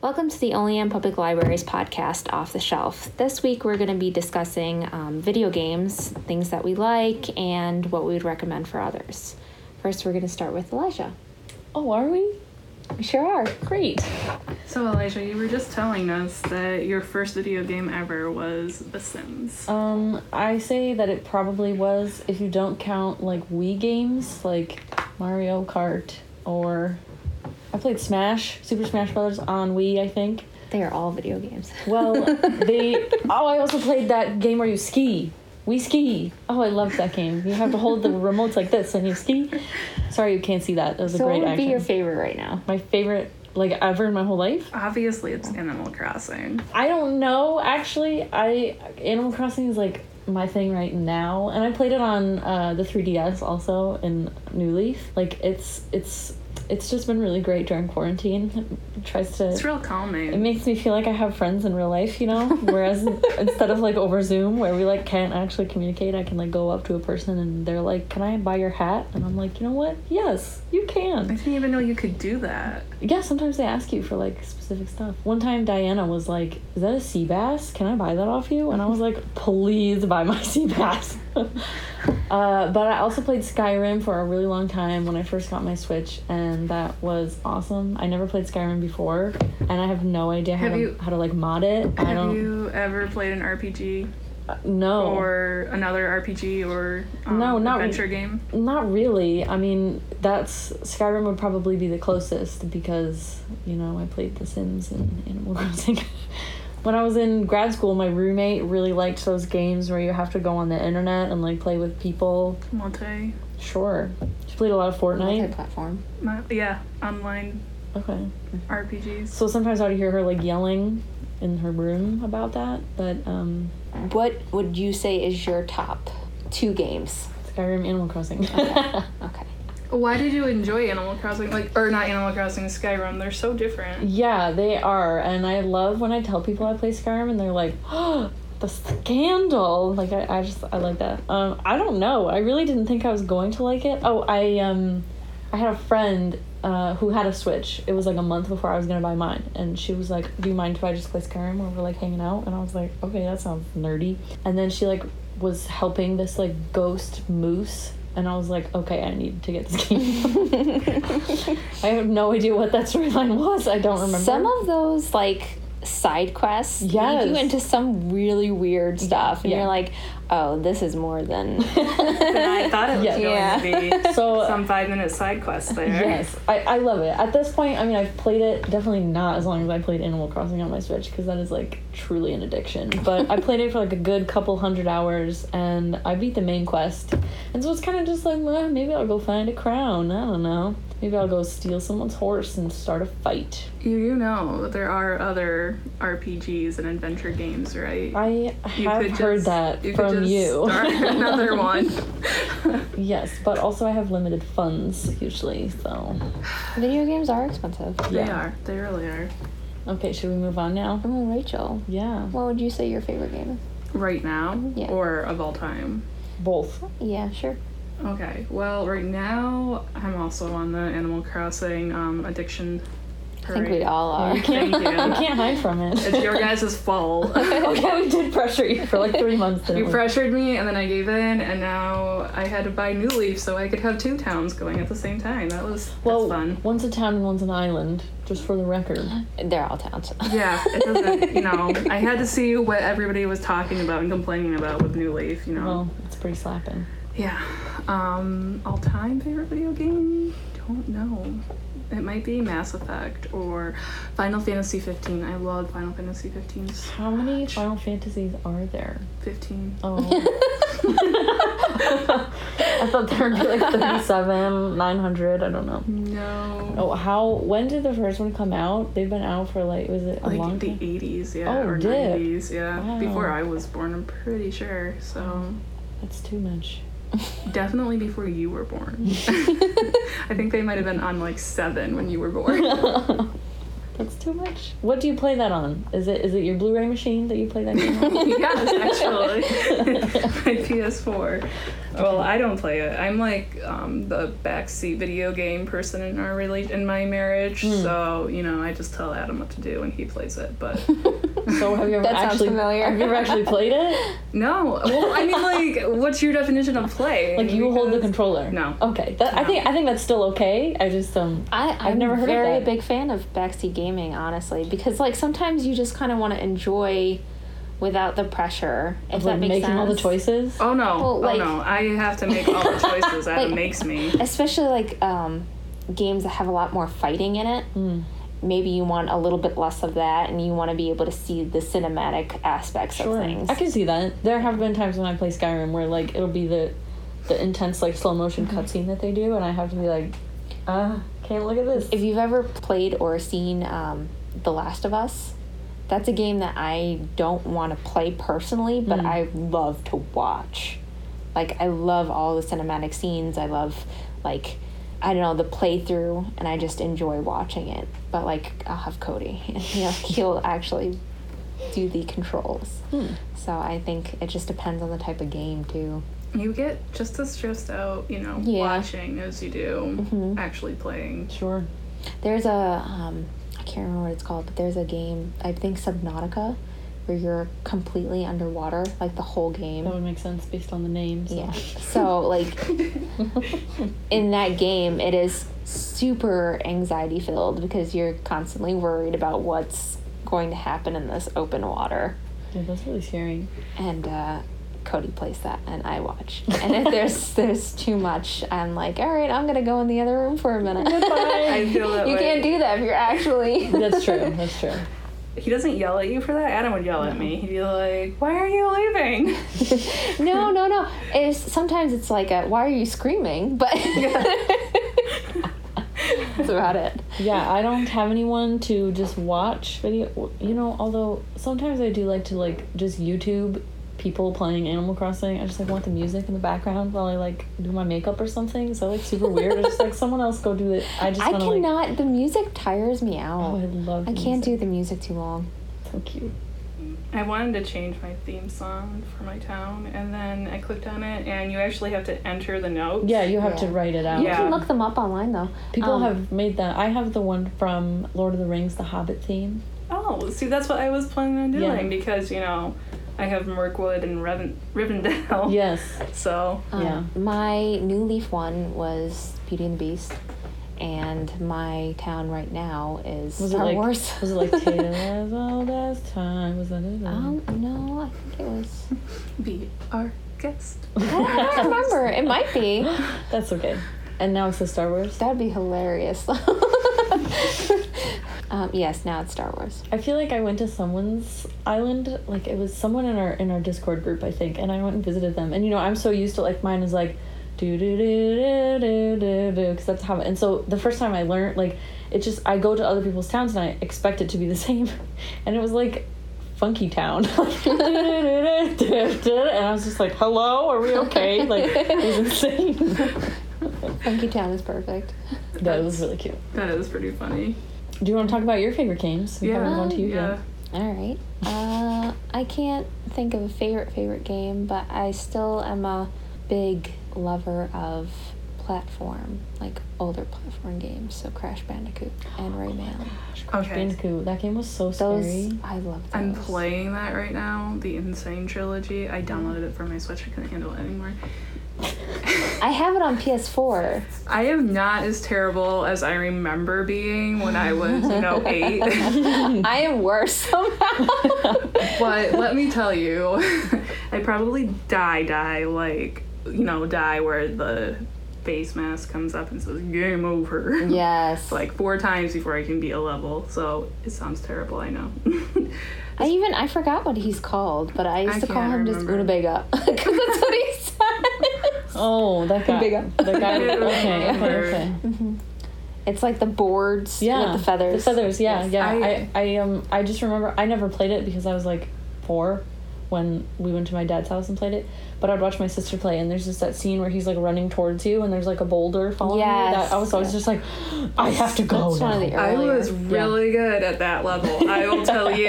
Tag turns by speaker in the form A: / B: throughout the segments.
A: Welcome to the Olean Public Libraries podcast, Off the Shelf. This week we're going to be discussing um, video games, things that we like, and what we would recommend for others. First, we're going to start with Elijah.
B: Oh, are we?
A: We sure are.
B: Great.
C: So Elijah, you were just telling us that your first video game ever was The Sims.
B: Um, I say that it probably was, if you don't count like Wii games like Mario Kart or I played Smash, Super Smash Brothers on Wii, I think.
A: They are all video games.
B: Well, they. Oh, I also played that game where you ski. We ski. Oh, I loved that game. You have to hold the remotes like this and you ski. Sorry, you can't see that. That was
A: so,
B: a
A: what
B: great
A: would
B: action.
A: be your favorite right now?
B: My favorite, like ever in my whole life.
C: Obviously, it's Animal Crossing.
B: I don't know. Actually, I Animal Crossing is like my thing right now, and I played it on uh, the 3DS also in New Leaf. Like it's it's it's just been really great during quarantine. It tries to.
C: It's real
B: it
C: calming.
B: makes me feel like I have friends in real life, you know. Whereas instead of like over Zoom, where we like can't actually communicate, I can like go up to a person and they're like, "Can I buy your hat?" And I'm like, "You know what? Yes, you can."
C: I didn't even know you could do that.
B: Yeah, sometimes they ask you for like specific stuff. One time Diana was like, "Is that a sea bass? Can I buy that off you?" And I was like, "Please buy my sea bass." uh, but I also played Skyrim for a really long time when I first got my Switch, and that was awesome. I never played Skyrim before, and I have no idea how
C: Have
B: to,
C: you-
B: how to like mod it. I
C: Have
B: don't
C: you ever played an RPG
B: uh, no.
C: or another RPG or um,
B: No, not re-
C: adventure game?
B: Not really. I mean, that's Skyrim would probably be the closest because you know I played The Sims and Animal Crossing. when I was in grad school, my roommate really liked those games where you have to go on the internet and like play with people.
C: Multi,
B: Sure, she played a lot of Fortnite.
A: Multi-platform.
C: my, yeah, online
B: Okay,
C: RPGs.
B: so sometimes I'd hear her like yelling in her room about that, but um,
A: What would you say is your top two games?
B: Skyrim, Animal Crossing.
A: Okay.
C: Why did you enjoy Animal Crossing? Like, or not Animal Crossing, Skyrim? They're so different.
B: Yeah, they are. And I love when I tell people I play Skyrim and they're like, oh, the scandal. Like, I, I just, I like that. Um, I don't know. I really didn't think I was going to like it. Oh, I, um, I had a friend uh, who had a Switch. It was like a month before I was going to buy mine. And she was like, do you mind if I just play Skyrim while we're like hanging out? And I was like, okay, that sounds nerdy. And then she like was helping this like ghost moose. And I was like, okay, I need to get this game. I have no idea what that storyline was. I don't remember.
A: Some of those like side quests lead you
B: Yes.
A: into some really weird stuff, and
B: yeah.
A: you're like, "Oh, this is more than."
C: But I thought it was
A: Yeah.
C: going to be
B: So-
C: some five minute side quest there.
B: Yes, I, I love it. At this point, I mean, I've played it definitely not as long as I played Animal Crossing on my Switch because that is like truly an addiction. But I played it for like a good couple hundred hours and I beat the main quest. And so it's kind of just like, well, maybe I'll go find a crown. I don't know. Maybe I'll go steal someone's horse and start a fight.
C: You do know that there are other RPGs and adventure games, right?
B: I
C: you
B: have heard that
C: you could
B: from
C: just
B: you.
C: Start another one.
B: yes, but also I have limited funds usually, so.
A: Video games are expensive.
C: They
B: Yeah.
C: are. They really are.
B: Okay, should we move on now?
A: Oh, Rachel,
B: Yeah,
A: what would you say your favorite game is?
C: Right now
A: Yeah.
C: or of all time.
B: both.
A: Yeah, sure.
C: Okay. Well, right now I'm also on the Animal Crossing um, addiction.
A: I think we
C: parade.
A: all are.
C: Thank
B: You
C: you.
B: can't hide from it.
C: it's your guys' fault.
B: okay, we did pressure you for like three months. Didn't
C: You
B: we?
C: pressured me, and then I gave in, and now I had to buy New Leaf so I could have two towns going at the same time. That was
B: well,
C: that's fun.
B: one's a town and one's an island, just for the record.
A: They're all towns.
C: Yeah, it doesn't. You know, I had to see what everybody was talking about and complaining about with New Leaf. You know.
B: Well, it's pretty slapping.
C: Yeah. Um, all time favorite video game? Don't know. It might be Mass Effect or Final Fantasy 15. I love Final Fantasy 15.
B: How many Final Fantasies are there?
C: 15.
B: Oh. I thought there would be like 37, 900, I don't
C: Hmm.
B: know.
C: No.
B: Oh, how, when did the first one come out? They've been out for like, was it a
C: like
B: long
C: the
B: time?
C: 80s, yeah,
B: Oh,
C: or
B: dip.
C: 90s, yeah.
B: Wow.
C: Before I was born, I'm pretty sure. So
B: That's too much.
C: definitely before you were born. I think they might have been on like seven when you were born.
B: That's too much. What do you play that on? Is it is it your Blu-ray machine that you play that game on?
C: yes, actually. My PS4. Well, I don't play it. I'm like um, the backseat video game person in our rela- in my marriage. So you know, I just tell Adam what to do and he plays it. But
B: So have you ever
A: That sounds
B: actually
A: familiar.
B: have you ever actually played it?
C: no, well, I mean, like, what's your definition of play?
B: Like you hold the
C: Because-
B: controller?
C: No.
B: Okay. That, I think I think that's still okay. I just um.
A: I, I'm
B: I've never heard of
A: very
B: that.
A: a big fan of backseat gaming, honestly, because like sometimes you just kind of want to enjoy without the pressure, if
B: Of,
A: that
B: like
A: makes
B: making
A: sense.
B: all the choices.
C: Oh no!
A: Well, like-
C: oh no! I have to make all the choices Adam
A: Like-
C: makes me.
A: Especially like um, games that have a lot more fighting in it.
B: Mm.
A: Maybe you want a little bit less of that, and you want to be able to see the cinematic aspects of things.
B: I can see that. There have been times when I play Skyrim where like it'll be the the intense like slow motion
A: Mm-hmm.
B: cutscene that they do, and I have to be like, ah, can't look at this.
A: If you've ever played or seen um, The Last of Us, that's a game that I don't want to play personally, but
B: Mm.
A: I love to watch. Like, I love all the cinematic scenes. I love, like, I don't know, the playthrough, and I just enjoy watching it. But, like, I'll have Cody, and he'll, he'll actually do the controls.
B: Hmm.
A: So I think it just depends on the type of game, too.
C: You get just as stressed out, you know,
A: Yeah.
C: watching as you do
A: Mhm.
C: actually playing.
B: Sure.
A: There's a um, I can't remember what it's called, but there's a game I think Subnautica, where you're completely underwater like the whole game.
B: That would make sense based on the name. So.
A: Yeah. So like in that game, it is super anxiety filled because you're constantly worried about what's going to happen in this open water.
B: Yeah, that's really scary.
A: And uh, Cody plays that, and I watch. And if there's there's too much, I'm like, all right, I'm gonna go in the other room for a minute.
C: I feel that
A: you
C: way.
A: can't do that if you're actually.
B: That's true. That's true.
C: He doesn't yell at you for that. Adam would yell at me. He'd be like, "Why are you leaving?"
A: No, no, no. It's sometimes it's like a why are you screaming? But that's about it.
B: Yeah, I don't have anyone to just watch video. You know, although sometimes I do like to like just YouTube people playing Animal Crossing. I just like want the music in the background while I like do my makeup or something. So like super weird. It's just like someone else go do it. I just
A: I
B: wanna, Like,
A: cannot. the music tires me out.
B: oh, I love.
A: I can't
B: music.
A: do the music too long.
B: So cute.
C: I wanted to change my theme song for my town, and then I clicked on it, and you actually have to enter the notes.
B: Yeah, you have to
A: Yeah.
B: write it out.
A: You can
C: Yeah.
A: look them up online though.
B: People
A: Um,
B: have made that. I have the one from Lord of the Rings, the Hobbit theme.
C: Oh, see, that's what I was planning on doing
B: Yeah.
C: because you know, I have Mirkwood and Riven-
A: Oh,
C: Rivendell.
B: Yes.
C: So
A: um,
B: yeah.
A: My new leaf one was Beauty and the Beast, and my town right now is
B: Was it
A: Star
B: like
A: Wars.
B: was it like Tale as old as time? Was that it?
A: um, no, I think it was.
C: be our guest.
A: I don't remember. It might be.
B: That's okay. And now it's the Star Wars.
A: That'd be hilarious. um, yes, now it's Star Wars.
B: I feel like I went to someone's island, like it was someone in our in our Discord group, I think, and I went and visited them. And you know, I'm so used to like mine is like do do do do do do do because that's how. And so the first time I learned, like, it just I go to other people's towns and I expect it to be the same, and it was like funky town, and I was just like, hello, are we okay? Like it was insane.
A: Funky Town is perfect.
B: that was really cute.
C: That is pretty funny.
B: Do you want to talk about your favorite games? We haven't gone to you
C: yeah.
B: yet.
A: All right. Uh, I can't think of a favorite favorite game, but I still am a big lover of platform, like older platform games. So Crash Bandicoot
C: Oh
A: and Rayman.
B: Crash
C: Okay.
B: Bandicoot. That game was so
A: Those
B: scary.
A: I love. Those.
C: I'm playing that right now, the Insane Trilogy. I downloaded it for my Switch. I couldn't handle it anymore.
A: I have it on PS4.
C: I am not as terrible as I remember being when I was, you know, eight.
A: I am worse somehow.
C: but let me tell you, I probably die, die, like, you know, die where the face mask comes up and says, game over.
A: yes.
C: Like four times before I can beat a level, so it sounds terrible, I know.
A: I even I forgot what he's called, but I used
C: I
A: to call him
C: can't
A: just
C: remember.
A: Unabega because that's what he says.
B: Oh, that guy.
A: Big up.
B: The guy.
C: Yeah.
B: Okay, okay,
C: Bird.
B: okay.
A: It's like the boards
B: Yeah.
A: with the feathers.
B: The feathers. Yeah,
A: Yes.
B: yeah. I,
C: I-
B: I, um, I just remember I never played it because I was like four, when we went to my dad's house and played it. But I'd watch my sister play, and there's just that scene where he's like running towards you, and there's like a boulder following you.
A: Yes.
B: That I was always just like, I have to go.
A: That's
B: now.
A: one of the
C: I
A: earlier.
C: was really good at that level. I will tell you.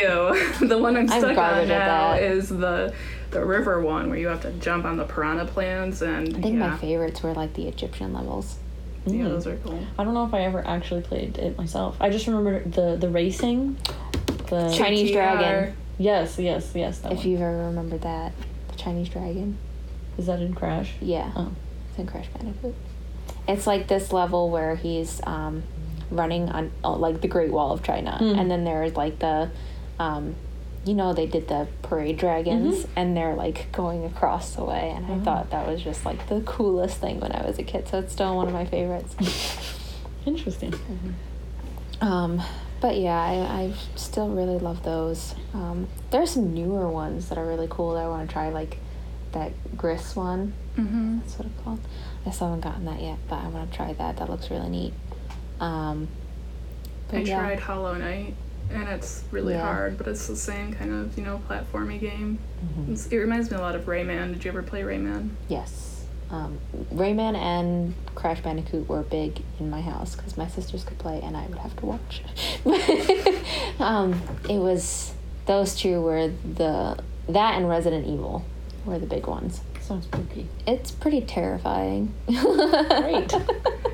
C: the one I'm
A: I'm
C: stuck on
A: garbage at
C: now
A: that.
C: is the the river one where you have to jump on the piranha plants and
A: I think my
C: yeah,
A: mm. favorites were like the Egyptian levels.
C: yeah, those are cool.
B: I don't know if I ever actually played it myself. I just remember the the racing. The
A: Chinese
C: TR.
A: dragon.
B: yes, yes, yes. That
A: If
B: one.
A: you've ever remembered that, the Chinese dragon.
B: Is that in Crash?
A: Yeah.
B: Oh.
A: It's in Crash Bandicoot. It's like this level where he's um, running on uh, like the Great Wall of China,
B: Mhm.
A: and then there's like the, um, you know, they did the parade dragons, and they're like going across the way, and I
B: Oh.
A: thought that was just like the coolest thing when I was a kid. So it's still one of my favorites.
B: Interesting.
A: Um, but yeah, I, I still really love those. Um, there are some newer ones that are really cool that I want to try, like that Gris one.
C: Mm-hmm.
A: That's what it's called. I still haven't gotten that yet, but I want to try that. That looks really neat. Um,
C: I
A: yeah.
C: tried Hollow Knight, and it's really
A: Yeah.
C: hard, but it's the same kind of you know platformy game.
A: Mm-hmm.
C: It's, it reminds me a lot of Rayman. Did you ever play Rayman?
A: Yes. Um, Rayman and Crash Bandicoot were big in my house because my sisters could play and I would have to watch. um, it was those two were the that and Resident Evil were the big ones.
B: Sounds spooky.
A: It's pretty terrifying.
B: Great.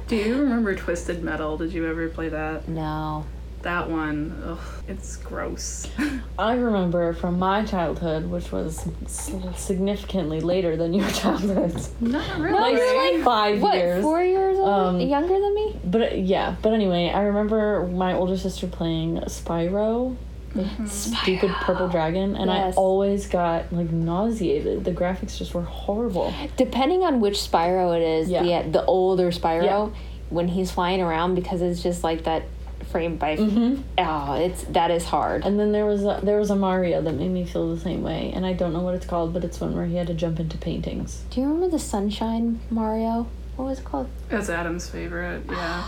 C: Do you remember Twisted Metal? Did you ever play that?
A: No.
C: That one, ugh, it's gross.
B: I remember from my childhood, which was s- significantly later than your childhood,
C: Not
B: like
C: really.
B: five
A: What?
B: years.
A: Four years old?
B: Um,
A: Younger than me?
B: But uh, yeah, but anyway, I remember my older sister playing Spyro, the stupid purple dragon, and
A: Mm-hmm. Yes.
B: I always got like nauseated. The graphics just were horrible.
A: Depending on which Spyro it is,
B: Yeah.
A: the the older Spyro,
B: Yeah.
A: when he's flying around because it's just like that frame by
B: Mm-hmm.
A: oh, it's that is hard.
B: And then there was a, there was a Mario that made me feel the same way, and I don't know what it's called, but it's one where he had to jump into paintings.
A: Do you remember the Sunshine Mario? What was it called?
C: That's Adam's favorite. Yeah,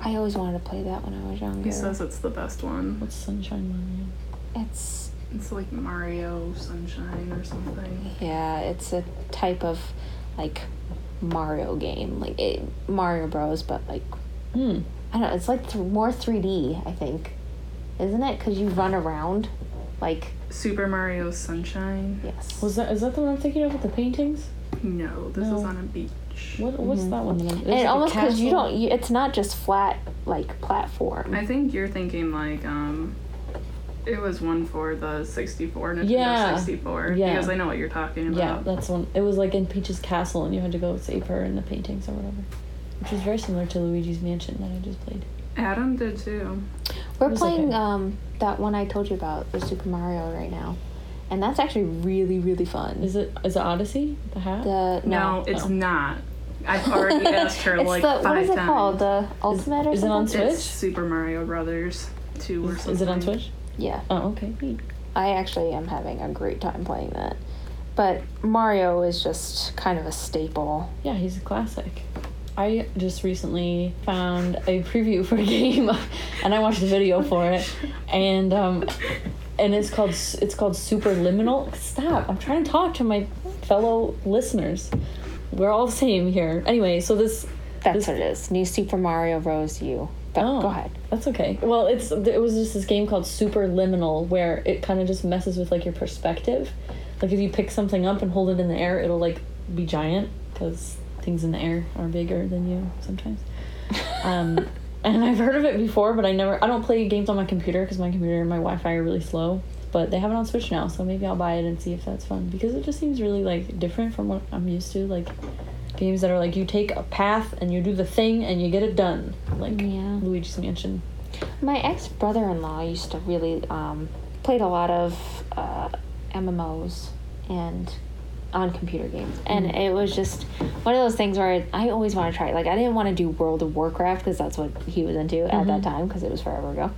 A: I always wanted to play that when I was younger.
C: he says it's the best one.
B: What's Sunshine Mario?
A: It's
C: It's like Mario Sunshine or something.
A: yeah, it's a type of like Mario game, like it, Mario Bros, but like
B: Hmm.
A: I don't know. It's like th- more 3D, I think, isn't it? Because you run around, like
C: Super Mario Sunshine.
A: yes.
B: Was that is that the one I'm thinking of with the paintings?
C: No, this is
B: No.
C: on a beach.
B: What what's
A: Mm-hmm.
B: that one? that I'm-
A: and
B: it's
A: it
B: like a
A: almost because you
B: castle.
A: don't you, it's not just flat like platform
C: I think you're thinking like um, it was one for the 64 Nintendo
B: Yeah.
C: 64
B: Yeah.
C: because I know what you're talking
B: Yeah,
C: about.
B: that's one. It was like in Peach's castle, and you had to go save her in the paintings or whatever, which was very similar to Luigi's Mansion that I just played.
C: Adam did too.
A: we're
B: was
A: playing
B: okay.
A: um that one i told you about the super mario right now and that's actually really really fun
B: Is it is it Odyssey the hat?
A: the
C: No,
A: no,
C: it's
B: no.
C: not. I've already asked her
A: it's
C: like
A: the
C: five
A: what is it
C: times.
A: called the ultimate or
B: is it on
A: something
B: Switch?
C: It's Super Mario Brothers 2 or
B: is,
C: something.
B: is it on Twitch?
A: yeah
B: Oh, okay.
A: i actually am having a great time playing that but mario is just kind of a staple
B: Yeah, he's a classic. I just recently found a preview for a game, and I watched the video for it, and um, and it's called s- it's called Superliminal. Stop! I'm trying to talk to my fellow listeners. We're all the same here. Anyway, so this
A: that's
B: This-
A: what it is new super mario bros u but
B: Oh.
A: go ahead
B: That's okay. Well, it's it was just this game called Super Liminal where it kind of just messes with like your perspective. Like if you pick something up and hold it in the air, it'll like be giant because things in the air are bigger than you sometimes. Um, and I've heard of it before, but I never. I don't play games on my computer because my computer and my Wi-Fi are really slow. But they have it on Switch now, so maybe I'll buy it and see if that's fun because it just seems really like different from what I'm used to. Like games that are like you take a path and you do the thing and you get it done, like
A: Yeah.
B: Luigi's Mansion.
A: My ex brother in law used to really um, played a lot of uh, MMOs and on computer games, and
B: Mm.
A: it was just one of those things where I always want to try. it. Like I didn't want to do World of
B: Mm-hmm.
A: Warcraft because that's what he was into at that time because it was forever ago.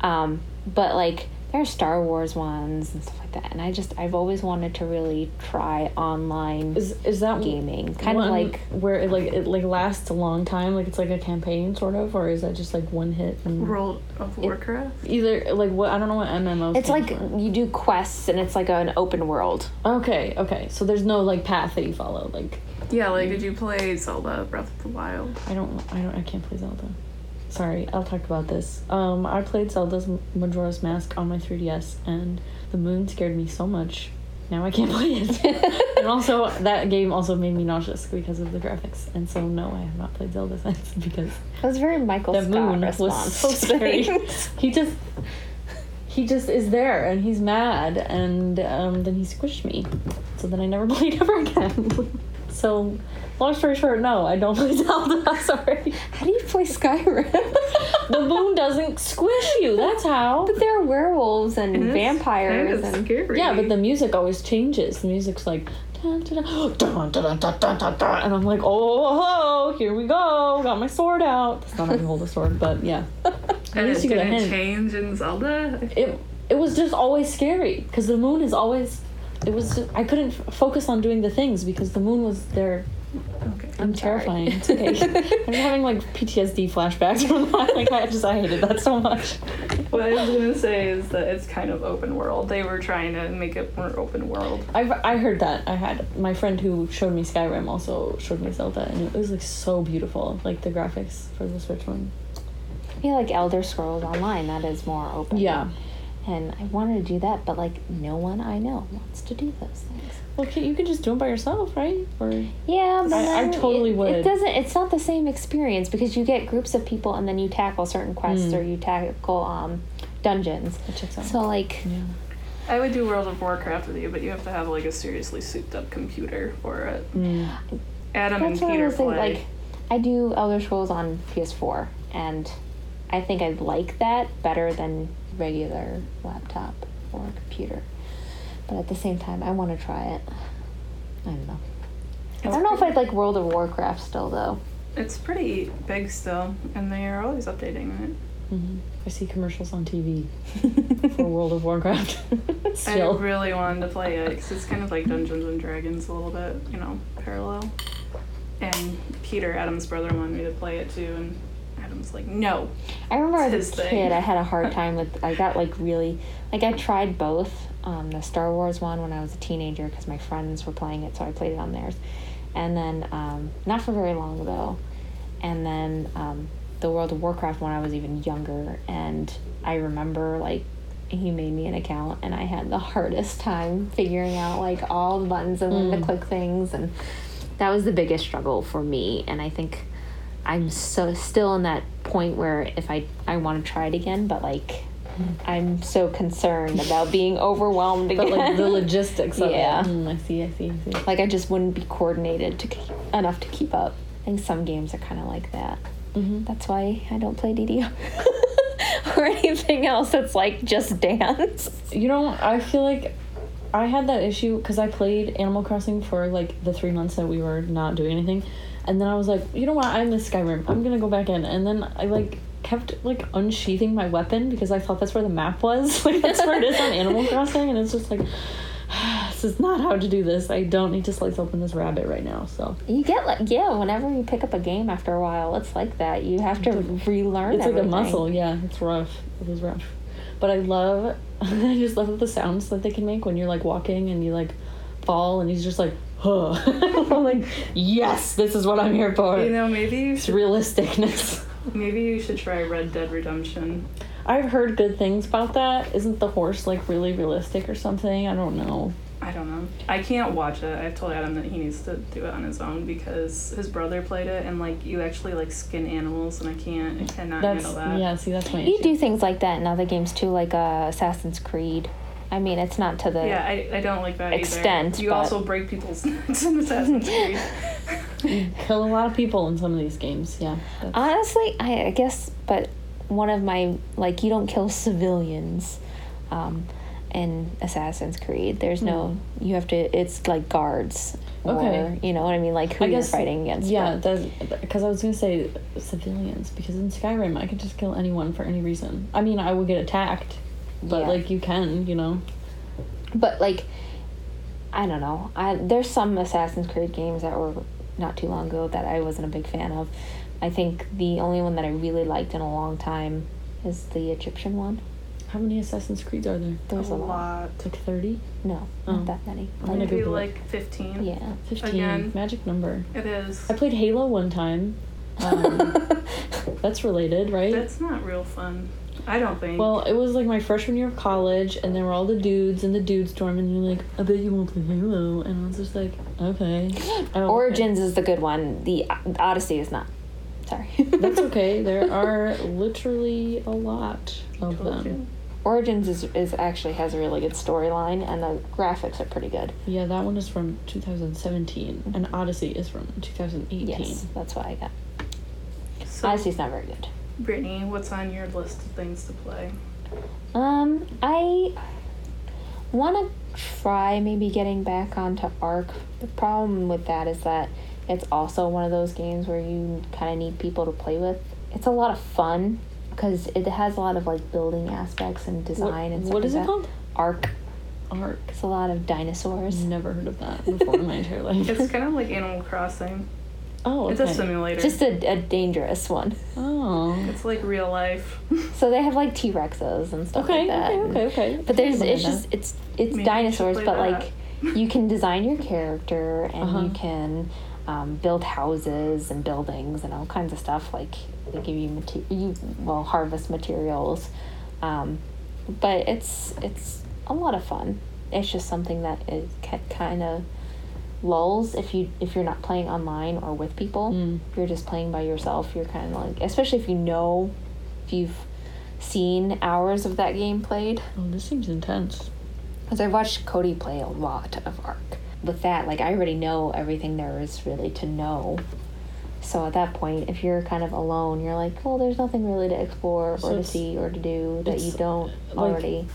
A: Um, but like there are Star Wars ones and stuff like that. And I just I've always wanted to really try online
B: Is is that
A: gaming, kind of
B: one
A: like
B: where it like it like lasts a long time, like it's like a campaign sort of, or is that just like one hit? And
C: World of Warcraft.
B: either like what I don't know what MMO.
A: it's
B: stands
A: like you do quests and it's like an open world.
B: for. okay, okay. So there's no like path that you follow. Like
C: Yeah, like did you play Zelda Breath of the Wild?
B: I don't, I don't, I can't play Zelda. Sorry, I'll talk about this. Um, I played Zelda's Majora's Mask on my 3DS, and the moon scared me so much. Now I can't play it. and also, that game also made me nauseous because of the graphics. And so, no, I have not played Zelda since because
A: It was very Michael
B: the
A: Scott
B: moon was
A: response.
B: so scary.
A: things.
B: he just, he just is there, and he's mad, and um, then he squished me. So then I never played ever again. so, long story short, no, I don't play Zelda. Sorry.
A: How do you play Skyrim?
B: The moon doesn't squish you. That's how.
A: But there are werewolves and,
C: And it's
A: vampires
C: kinda
A: and
C: scary.
B: Yeah, but the music always changes. The music's like dun, dun, dun, dun, dun, dun, dun, dun, dun, and I'm like, oh, ho, here we go. Got my sword out. That's not how you hold a sword, but yeah. At
C: and it
B: least you get a
C: didn't
B: hint.
C: change in Zelda.
B: It it was just always scary because the moon is always. It was. Just, I couldn't f- focus on doing the things because the moon was there.
C: Okay.
A: sorry.
B: I'm terrifying. It's okay. I'm having like PTSD flashbacks from that. Like I just I hated that so much.
C: What I was gonna say is that it's kind of open world. They were trying to make it more open world.
B: I've, I heard that. I had my friend who showed me Skyrim also showed me Zelda, and it was like so beautiful, like the graphics for the Switch one.
A: I feel like Elder Scrolls Online. That is more open.
B: Yeah.
A: And I wanted to do that, but like no one I know wants to do those things.
B: Well, can, you could just do it by yourself, right? Or
A: Yeah, but
B: I- I
A: then
B: totally
A: it, It
B: would.
A: doesn't. It's not the same experience because you get groups of people and then you tackle certain quests or you tackle um, dungeons.
B: Hmm. That checks out.
A: So like,
B: yeah.
C: I would do World of Warcraft with you, but you have to have like a seriously souped up computer for it. Adam
A: that's
C: and
A: what I
C: Peter
A: was
C: play.
A: thinking. Like, I do Elder Scrolls on PS4, and I think I like that better than regular laptop or computer. But at the same time, I want to try it. I don't know. I don't know if I'd like World of Warcraft still though.
C: it's pretty big still, and they are always updating it.
B: hmm I see commercials on TV for World of Warcraft. Still,
C: I really wanted to play it 'cause it's kind of like Dungeons and Dragons a little bit, you know, parallel. And Peter, Adam's brother, wanted me to play it too, and Adam's like, no.
A: I remember
C: It's
A: as a
C: his thing.
A: kid, I had a hard time with. I got like really, like I tried both um, the Star Wars one when I was a teenager because my friends were playing it, so I played it on theirs, and then um, not for very long though, and then um, the World of Warcraft when I was even younger, and I remember like he made me an account and I had the hardest time figuring out like all the buttons and when
C: Hmm.
A: to click things and that was the biggest struggle for me and I think I'm so still in that point where if I I want to try it again but like I'm so concerned about being overwhelmed
B: but
A: again.
B: like the logistics of
A: Yeah.
B: it. Mm, I see. I see. I see.
A: Like, I just wouldn't be coordinated to keep, enough to keep up. I think some games are kind of like that.
B: Mhm.
A: That's why I don't play DDO or anything else that's like just dance.
B: You know, I feel like I had that issue because I played Animal Crossing for like the three months that we were not doing anything, and then I was like, you know what, I miss Skyrim. I'm gonna go back in, and then I like kept like unsheathing my weapon because I thought that's where the map was. Like that's where it is on Animal Crossing, and it's just like. This is not how to do this. I don't need to slice open this rabbit right now. So
A: You get like, yeah, whenever you pick up a game after a while, it's like that. You have to relearn
B: it's like a
A: everything.
B: muscle. Yeah, it's rough. It was rough, but I love. I just love the sounds that they can make when you're like walking and you like fall and he's just like, huh. I'm like, yes, this is what I'm here for.
C: You know, maybe you
B: it's
C: should,
B: realisticness.
C: maybe you should try Red Dead Redemption.
B: I've heard good things about that. Isn't the horse like really realistic or something? I don't know.
C: I don't know. I can't watch it. I've told Adam that he needs to do it on his own because his brother played it, and like you actually like skin animals, and I can't. I cannot
B: That's
C: handle that.
B: yeah. See, that's my
A: You
B: issue.
A: do things like that in other games too, like uh, Assassin's Creed. I mean, it's not to the.
C: Yeah, I, I don't like that
A: Extent,
C: either. You
A: but-
C: also break people's necks in Assassin's Creed.
B: Kill a lot of people in some of these games. Yeah. That's,
A: Honestly, I, I guess, but one of my like, you don't kill civilians um, in Assassin's Creed. There's no, you have to. It's like guards. Or,
B: Hmm. Okay.
A: You know what I mean? Like who
B: I
A: you're
B: guess
A: fighting against.
B: Yeah,
A: but-
B: because I was gonna say civilians because in Skyrim I could just kill anyone for any reason. I mean, I would get attacked, but
A: Yeah.
B: like you can, you know.
A: But like, I don't know. I there's some Assassin's Creed games that were not too long ago that I wasn't a big fan of. I think the only one that I really liked in a long time is the Egyptian one.
B: How many Assassin's Creeds are there?
A: There's a, lot.
B: Like 30?
A: No,
B: Oh.
A: not that many.
B: I'm gonna
A: Like,
C: Maybe
B: Google it.
C: like 15.
A: yeah.
B: 15.
C: Again.
B: Magic number.
C: It is.
B: I played Halo one time. Um, that's related, right?
C: That's not real fun. I don't think.
B: Well, it was like my freshman year of college, and there were all the dudes in the dudes dorm, and they're like, "I bet you won't play Halo," and I was just like, "Okay." Oh,
A: Origins is the good one. The O- Odyssey is not. Sorry.
B: That's okay. There are literally a lot of
C: Told you.
B: them.
A: Origins is, is actually has a really good storyline, and the graphics are pretty good.
B: Yeah, that one is from 2017, and Odyssey is from 2018.
A: Yes, that's what I got.
C: So,
A: Odyssey's not very good.
C: Brittany, what's on your list of things to play?
A: Um, I want to try maybe getting back onto Ark. The problem with that is that it's also one of those games where you kind of need people to play with. It's a lot of fun because it has a lot of like building aspects and
B: What-
A: design and stuff.
B: what is
A: like
B: it
A: that.
B: called?
A: Ark.
B: Ark.
A: It's a lot of dinosaurs.
B: Never heard of that before in my entire life.
C: It's kind of like Animal Crossing.
B: oh,
C: It's
B: okay.
C: a simulator.
A: Just a, a dangerous one.
B: Oh.
C: it's like real life.
A: So they have like T Rexes and stuff
B: Okay,
A: like that.
B: okay,
A: and-
B: okay, okay.
A: But there's
B: Something
A: it's
B: like
A: just
B: that.
A: it's it's
C: Maybe we should
A: dinosaurs,
C: play
A: but
C: that.
A: like you can design your character and
B: Uh-huh.
A: you can um, build houses and buildings and all kinds of stuff. Like they give you mate- you well harvest materials, um, but it's it's a lot of fun. It's just something that it kind of lulls if you if you're not playing online or with people
B: Mm.
A: you're just playing by yourself you're kind of like especially if you know if you've seen hours of that game played
B: Oh, this seems intense.
A: because I watched Cody play a lot of Ark. With that, like I already know everything there is really to know. So at that point, if you're kind of alone, you're like, well, there's nothing really to explore
B: So
A: or to
B: it's-
A: see or to do that you
B: it's,
A: don't
B: like-
A: already.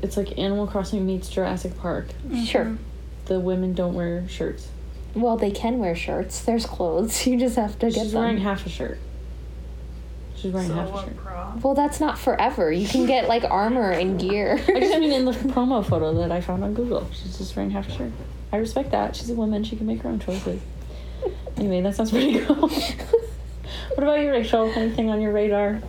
B: It's like Animal Crossing meets Jurassic Park.
A: Sure.
B: The women don't wear shirts.
A: Well, they can wear shirts. There's clothes. You just have to get
B: She's
A: them.
B: wearing half a shirt. She's wearing
C: So
B: half a
C: what
B: shirt.
C: bra?
A: well, that's not forever. You can get like armor and gear.
B: I just mean in the promo photo that I found on Google. She's just wearing half a shirt. I respect that. She's a woman. She can make her own choices. Anyway, that sounds pretty cool. what about you, Rachel? Anything on your radar?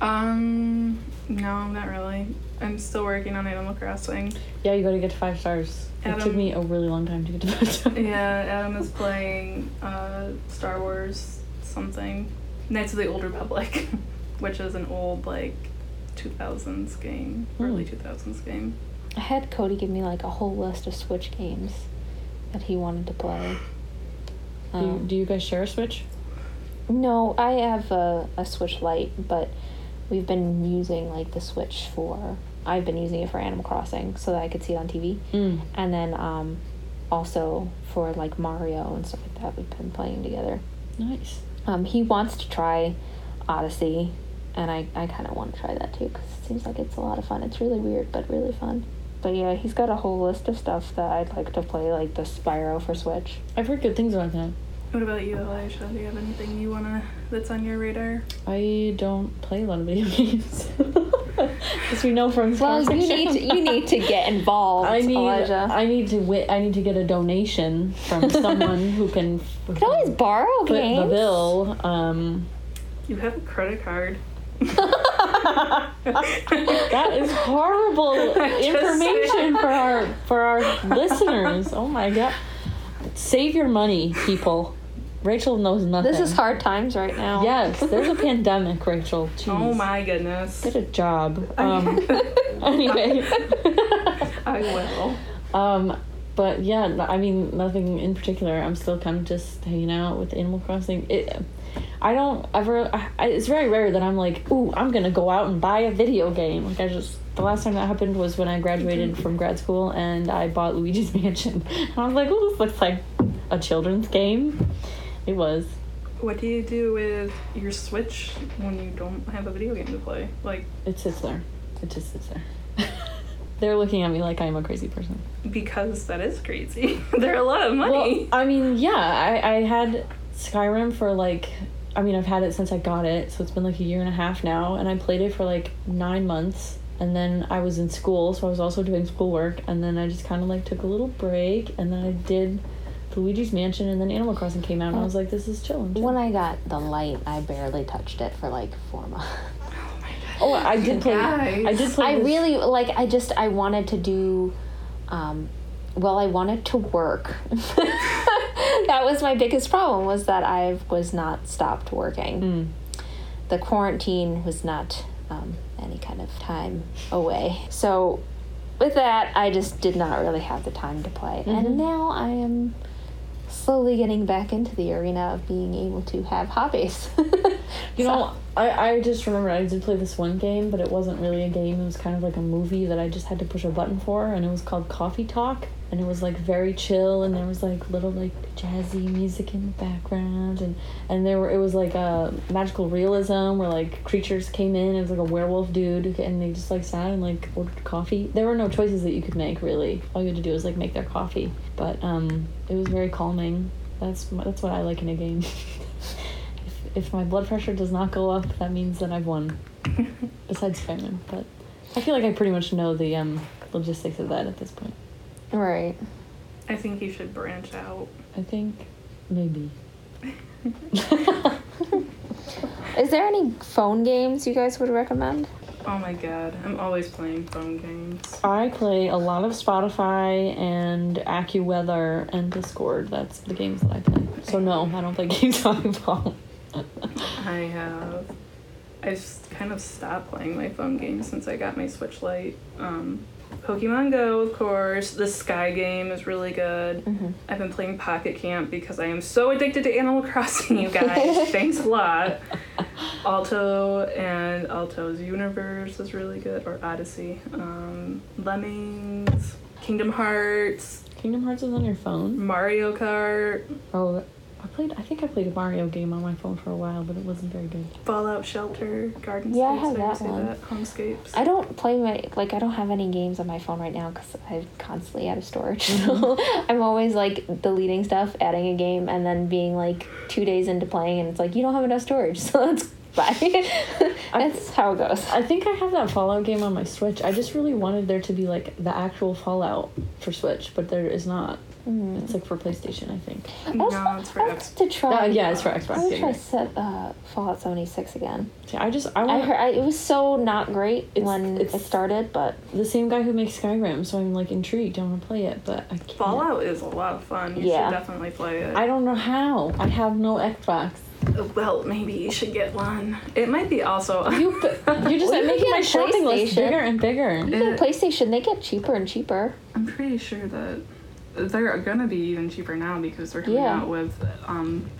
C: Um, no, not really. I'm still working on Animal Crossing.
B: Yeah, you got to get to five stars. It took
C: Adam.
B: me a really long time to get to five stars.
C: Yeah, Adam is playing uh, Star Wars something, Knights of the Old Republic, which is an old like 2000s game, early
B: Hmm.
C: 2000s game.
A: I had Cody give me like a whole list of Switch games that he wanted to play. Um,
B: Do you, do you guys share a Switch?
A: No, I have a, a Switch Lite, but we've been using like the Switch for. I've been using it for Animal Crossing so that I could see it on TV,
B: Mm.
A: and then um, also for like Mario and stuff like that. We've been playing together.
B: Nice.
A: Um, he wants to try Odyssey, and I, I kind of want to try that too because it seems like it's a lot of fun. It's really weird, but really fun. But yeah, he's got a whole list of stuff that I'd like to play, like the Spyro for Switch.
B: I've heard good things about that.
C: What about you, Elijah? Do you have anything you wanna that's on your radar?
B: I don't play a lot of video games. As we know from this
A: Well, you
B: conversation.
A: need to, you need to get involved,
B: I need,
A: Elijah.
B: I need to wit. I need to get a donation from someone who can. who
A: Could always borrow
B: put
A: games.
B: the bill. Um,
C: You have a credit card.
B: that is horrible
C: just
B: information for our for our listeners. Oh my god! Save your money, people. Rachel knows nothing.
A: This is hard times right now.
B: Yes, there's a pandemic, Rachel. Jeez.
C: Oh my Oh goodness.
B: Get a job. Um, anyway.
C: I will.
B: Um, but yeah, n- I mean nothing in particular. I'm still kind of just hanging out with Animal Crossing. It, I don't ever. I, I- it's very rare that I'm like, ooh, I'm gonna go out and buy a video game. Like I just the last time that happened was when I graduated from grad school and I bought Luigi's Mansion. And I was like, ooh, this looks like a children's game. It was.
C: What do you do with your Switch when you don't have a video game to play? Like,
B: It sits there. It just sits there. They're looking at me like I'm a crazy person.
C: because that is crazy. They're a lot of money.
B: Well, I mean, yeah, I, I had Skyrim for like, I mean, I've had it since I got it, so it's been like a year and a half now, and I played it for like nine months, and then I was in school, so I was also doing schoolwork, and then I just kind of like took a little break, and then I did Luigi's Mansion, and then Animal Crossing came out, and I was like, this is chilling.
A: Oh. When I got the light, I barely touched it for like four months.
B: oh, I did play. I did play.
A: I
B: this-
A: really like. I just I wanted to do, um, well, I wanted to work. that was my biggest problem was that I was not stopped working.
B: Hmm.
A: The quarantine was not um, any kind of time away. So, with that, I just did not really have the time to play.
B: Mm-hmm.
A: And now I am slowly getting back into the arena of being able to have hobbies.
B: You know, I, I just remember I did play this one game, but it wasn't really a game. It was kind of like a movie that I just had to push a button for, and it was called Coffee Talk. And it was like very chill, and there was like little like jazzy music in the background, and and there were it was like a magical realism where like creatures came in. It was like a werewolf dude, and they just like sat and like ordered coffee. There were no choices that you could make really. All you had to do was like make their coffee, but um, it was very calming. That's that's what I like in a game. If, if my blood pressure does not go up, that means that I've won. Besides famine, but I feel like I pretty much know the um, logistics of that at this point.
A: right.
C: I think you should branch out.
B: I think maybe.
A: Is there any phone games you guys would recommend?
C: Oh my god, I'm always playing phone games.
B: I play a lot of Spotify and AccuWeather and Discord. That's the games that I play. So no, I don't play games on my phone.
C: I have. I just kind of stopped playing my phone games since I got my Switch Lite. Um, Pokemon Go, of course. The Sky game is really good.
A: Mm-hmm.
C: I've been playing Pocket Camp because I am so addicted to Animal Crossing, you guys. Thanks a lot. Alto and Alto's Universe is really good, or Odyssey. Um, Lemmings, Kingdom Hearts,
B: Kingdom Hearts is on your phone.
C: Mario Kart,
B: Oh, I played. I think I played a Mario game on my phone for a while, but it wasn't very good.
C: Fallout Shelter, Garden
A: Yeah, I
C: States,
A: have
C: you
A: that
C: say
A: one.
C: that? Homescapes.
A: I don't play my like I don't have any games on my phone right now because I'm constantly out of storage. So I'm always like deleting stuff, adding a game, and then being like two days into playing, and it's like you don't have enough storage, so let's bye. That's how it goes.
B: I think I have that Fallout game on my Switch. I just really wanted there to be like the actual Fallout for Switch, but there is not.
A: Mm.
B: It's like for PlayStation, I think.
A: I also-
C: No, it's for
A: I want
C: Xbox.
A: to try.
B: Uh, yeah, it's for
A: I
B: Xbox.
A: want
B: Yeah,
A: to
B: you're
A: try
B: right.
A: set, uh, Fallout seventy six again.
B: Yeah, I just I
A: I
B: want
A: heard I, it was so not great
B: It's-
A: when
B: it's-
A: it started, but
B: the same guy who makes Skyrim, so I'm like intrigued. I want to play it, but I can't.
C: Fallout is a lot of fun. You
A: Yeah.
C: should definitely play it.
B: I don't know how. I have no Xbox.
C: well, maybe you should get one. It might be also.
B: You but you're just
A: Well, you
B: making
A: get
B: my
A: a
B: shopping list
A: PlayStation.
B: bigger and bigger.
A: even
C: It-
A: PlayStation they get cheaper and cheaper.
C: I'm pretty sure that they're gonna be even cheaper now because they're coming
A: Yeah.
C: out with um,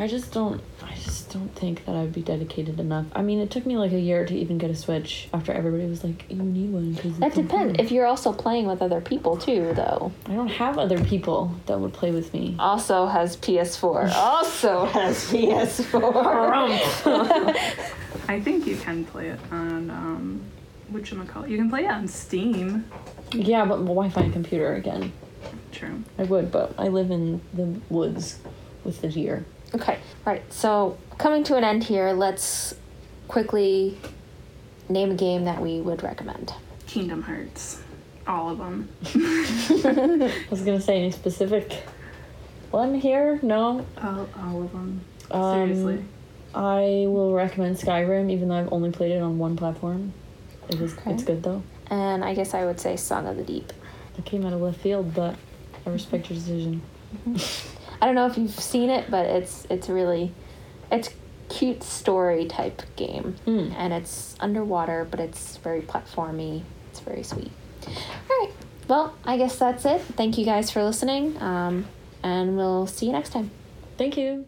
B: I just don't. I just don't think that I'd be dedicated enough. I mean, it took me like a year to even get a Switch after everybody was like, "You need one." 'cause it's
A: That
B: on
A: depends.
B: Steam."
A: If you're also playing with other people too, though.
B: I don't have other people that would play with me.
A: also has PS4. Also has PS4.
C: I think you can play it on um, whatchamacallit. You can play it on Steam.
B: Yeah, but why find a computer again?
C: True.
B: I would, but I live in the woods with the deer.
A: okay, right. So coming to an end here, let's quickly name a game that we would recommend.
C: Kingdom Hearts. All of them.
B: I was gonna say any specific one here. No,
C: All, all of them.
B: Um,
C: Seriously.
B: I will recommend Skyrim, even though I've only played it on one platform. It is,
A: Okay.
B: It's good though.
A: And I guess I would say Song of the Deep.
B: It came out of left field, but I respect your decision.
A: I don't know if you've seen it, but it's it's really it's cute story type game.
B: Mm.
A: And it's underwater, but it's very platformy. It's very sweet. All right. Well, I guess that's it. Thank you guys for listening. Um, and we'll see you next time.
B: Thank you.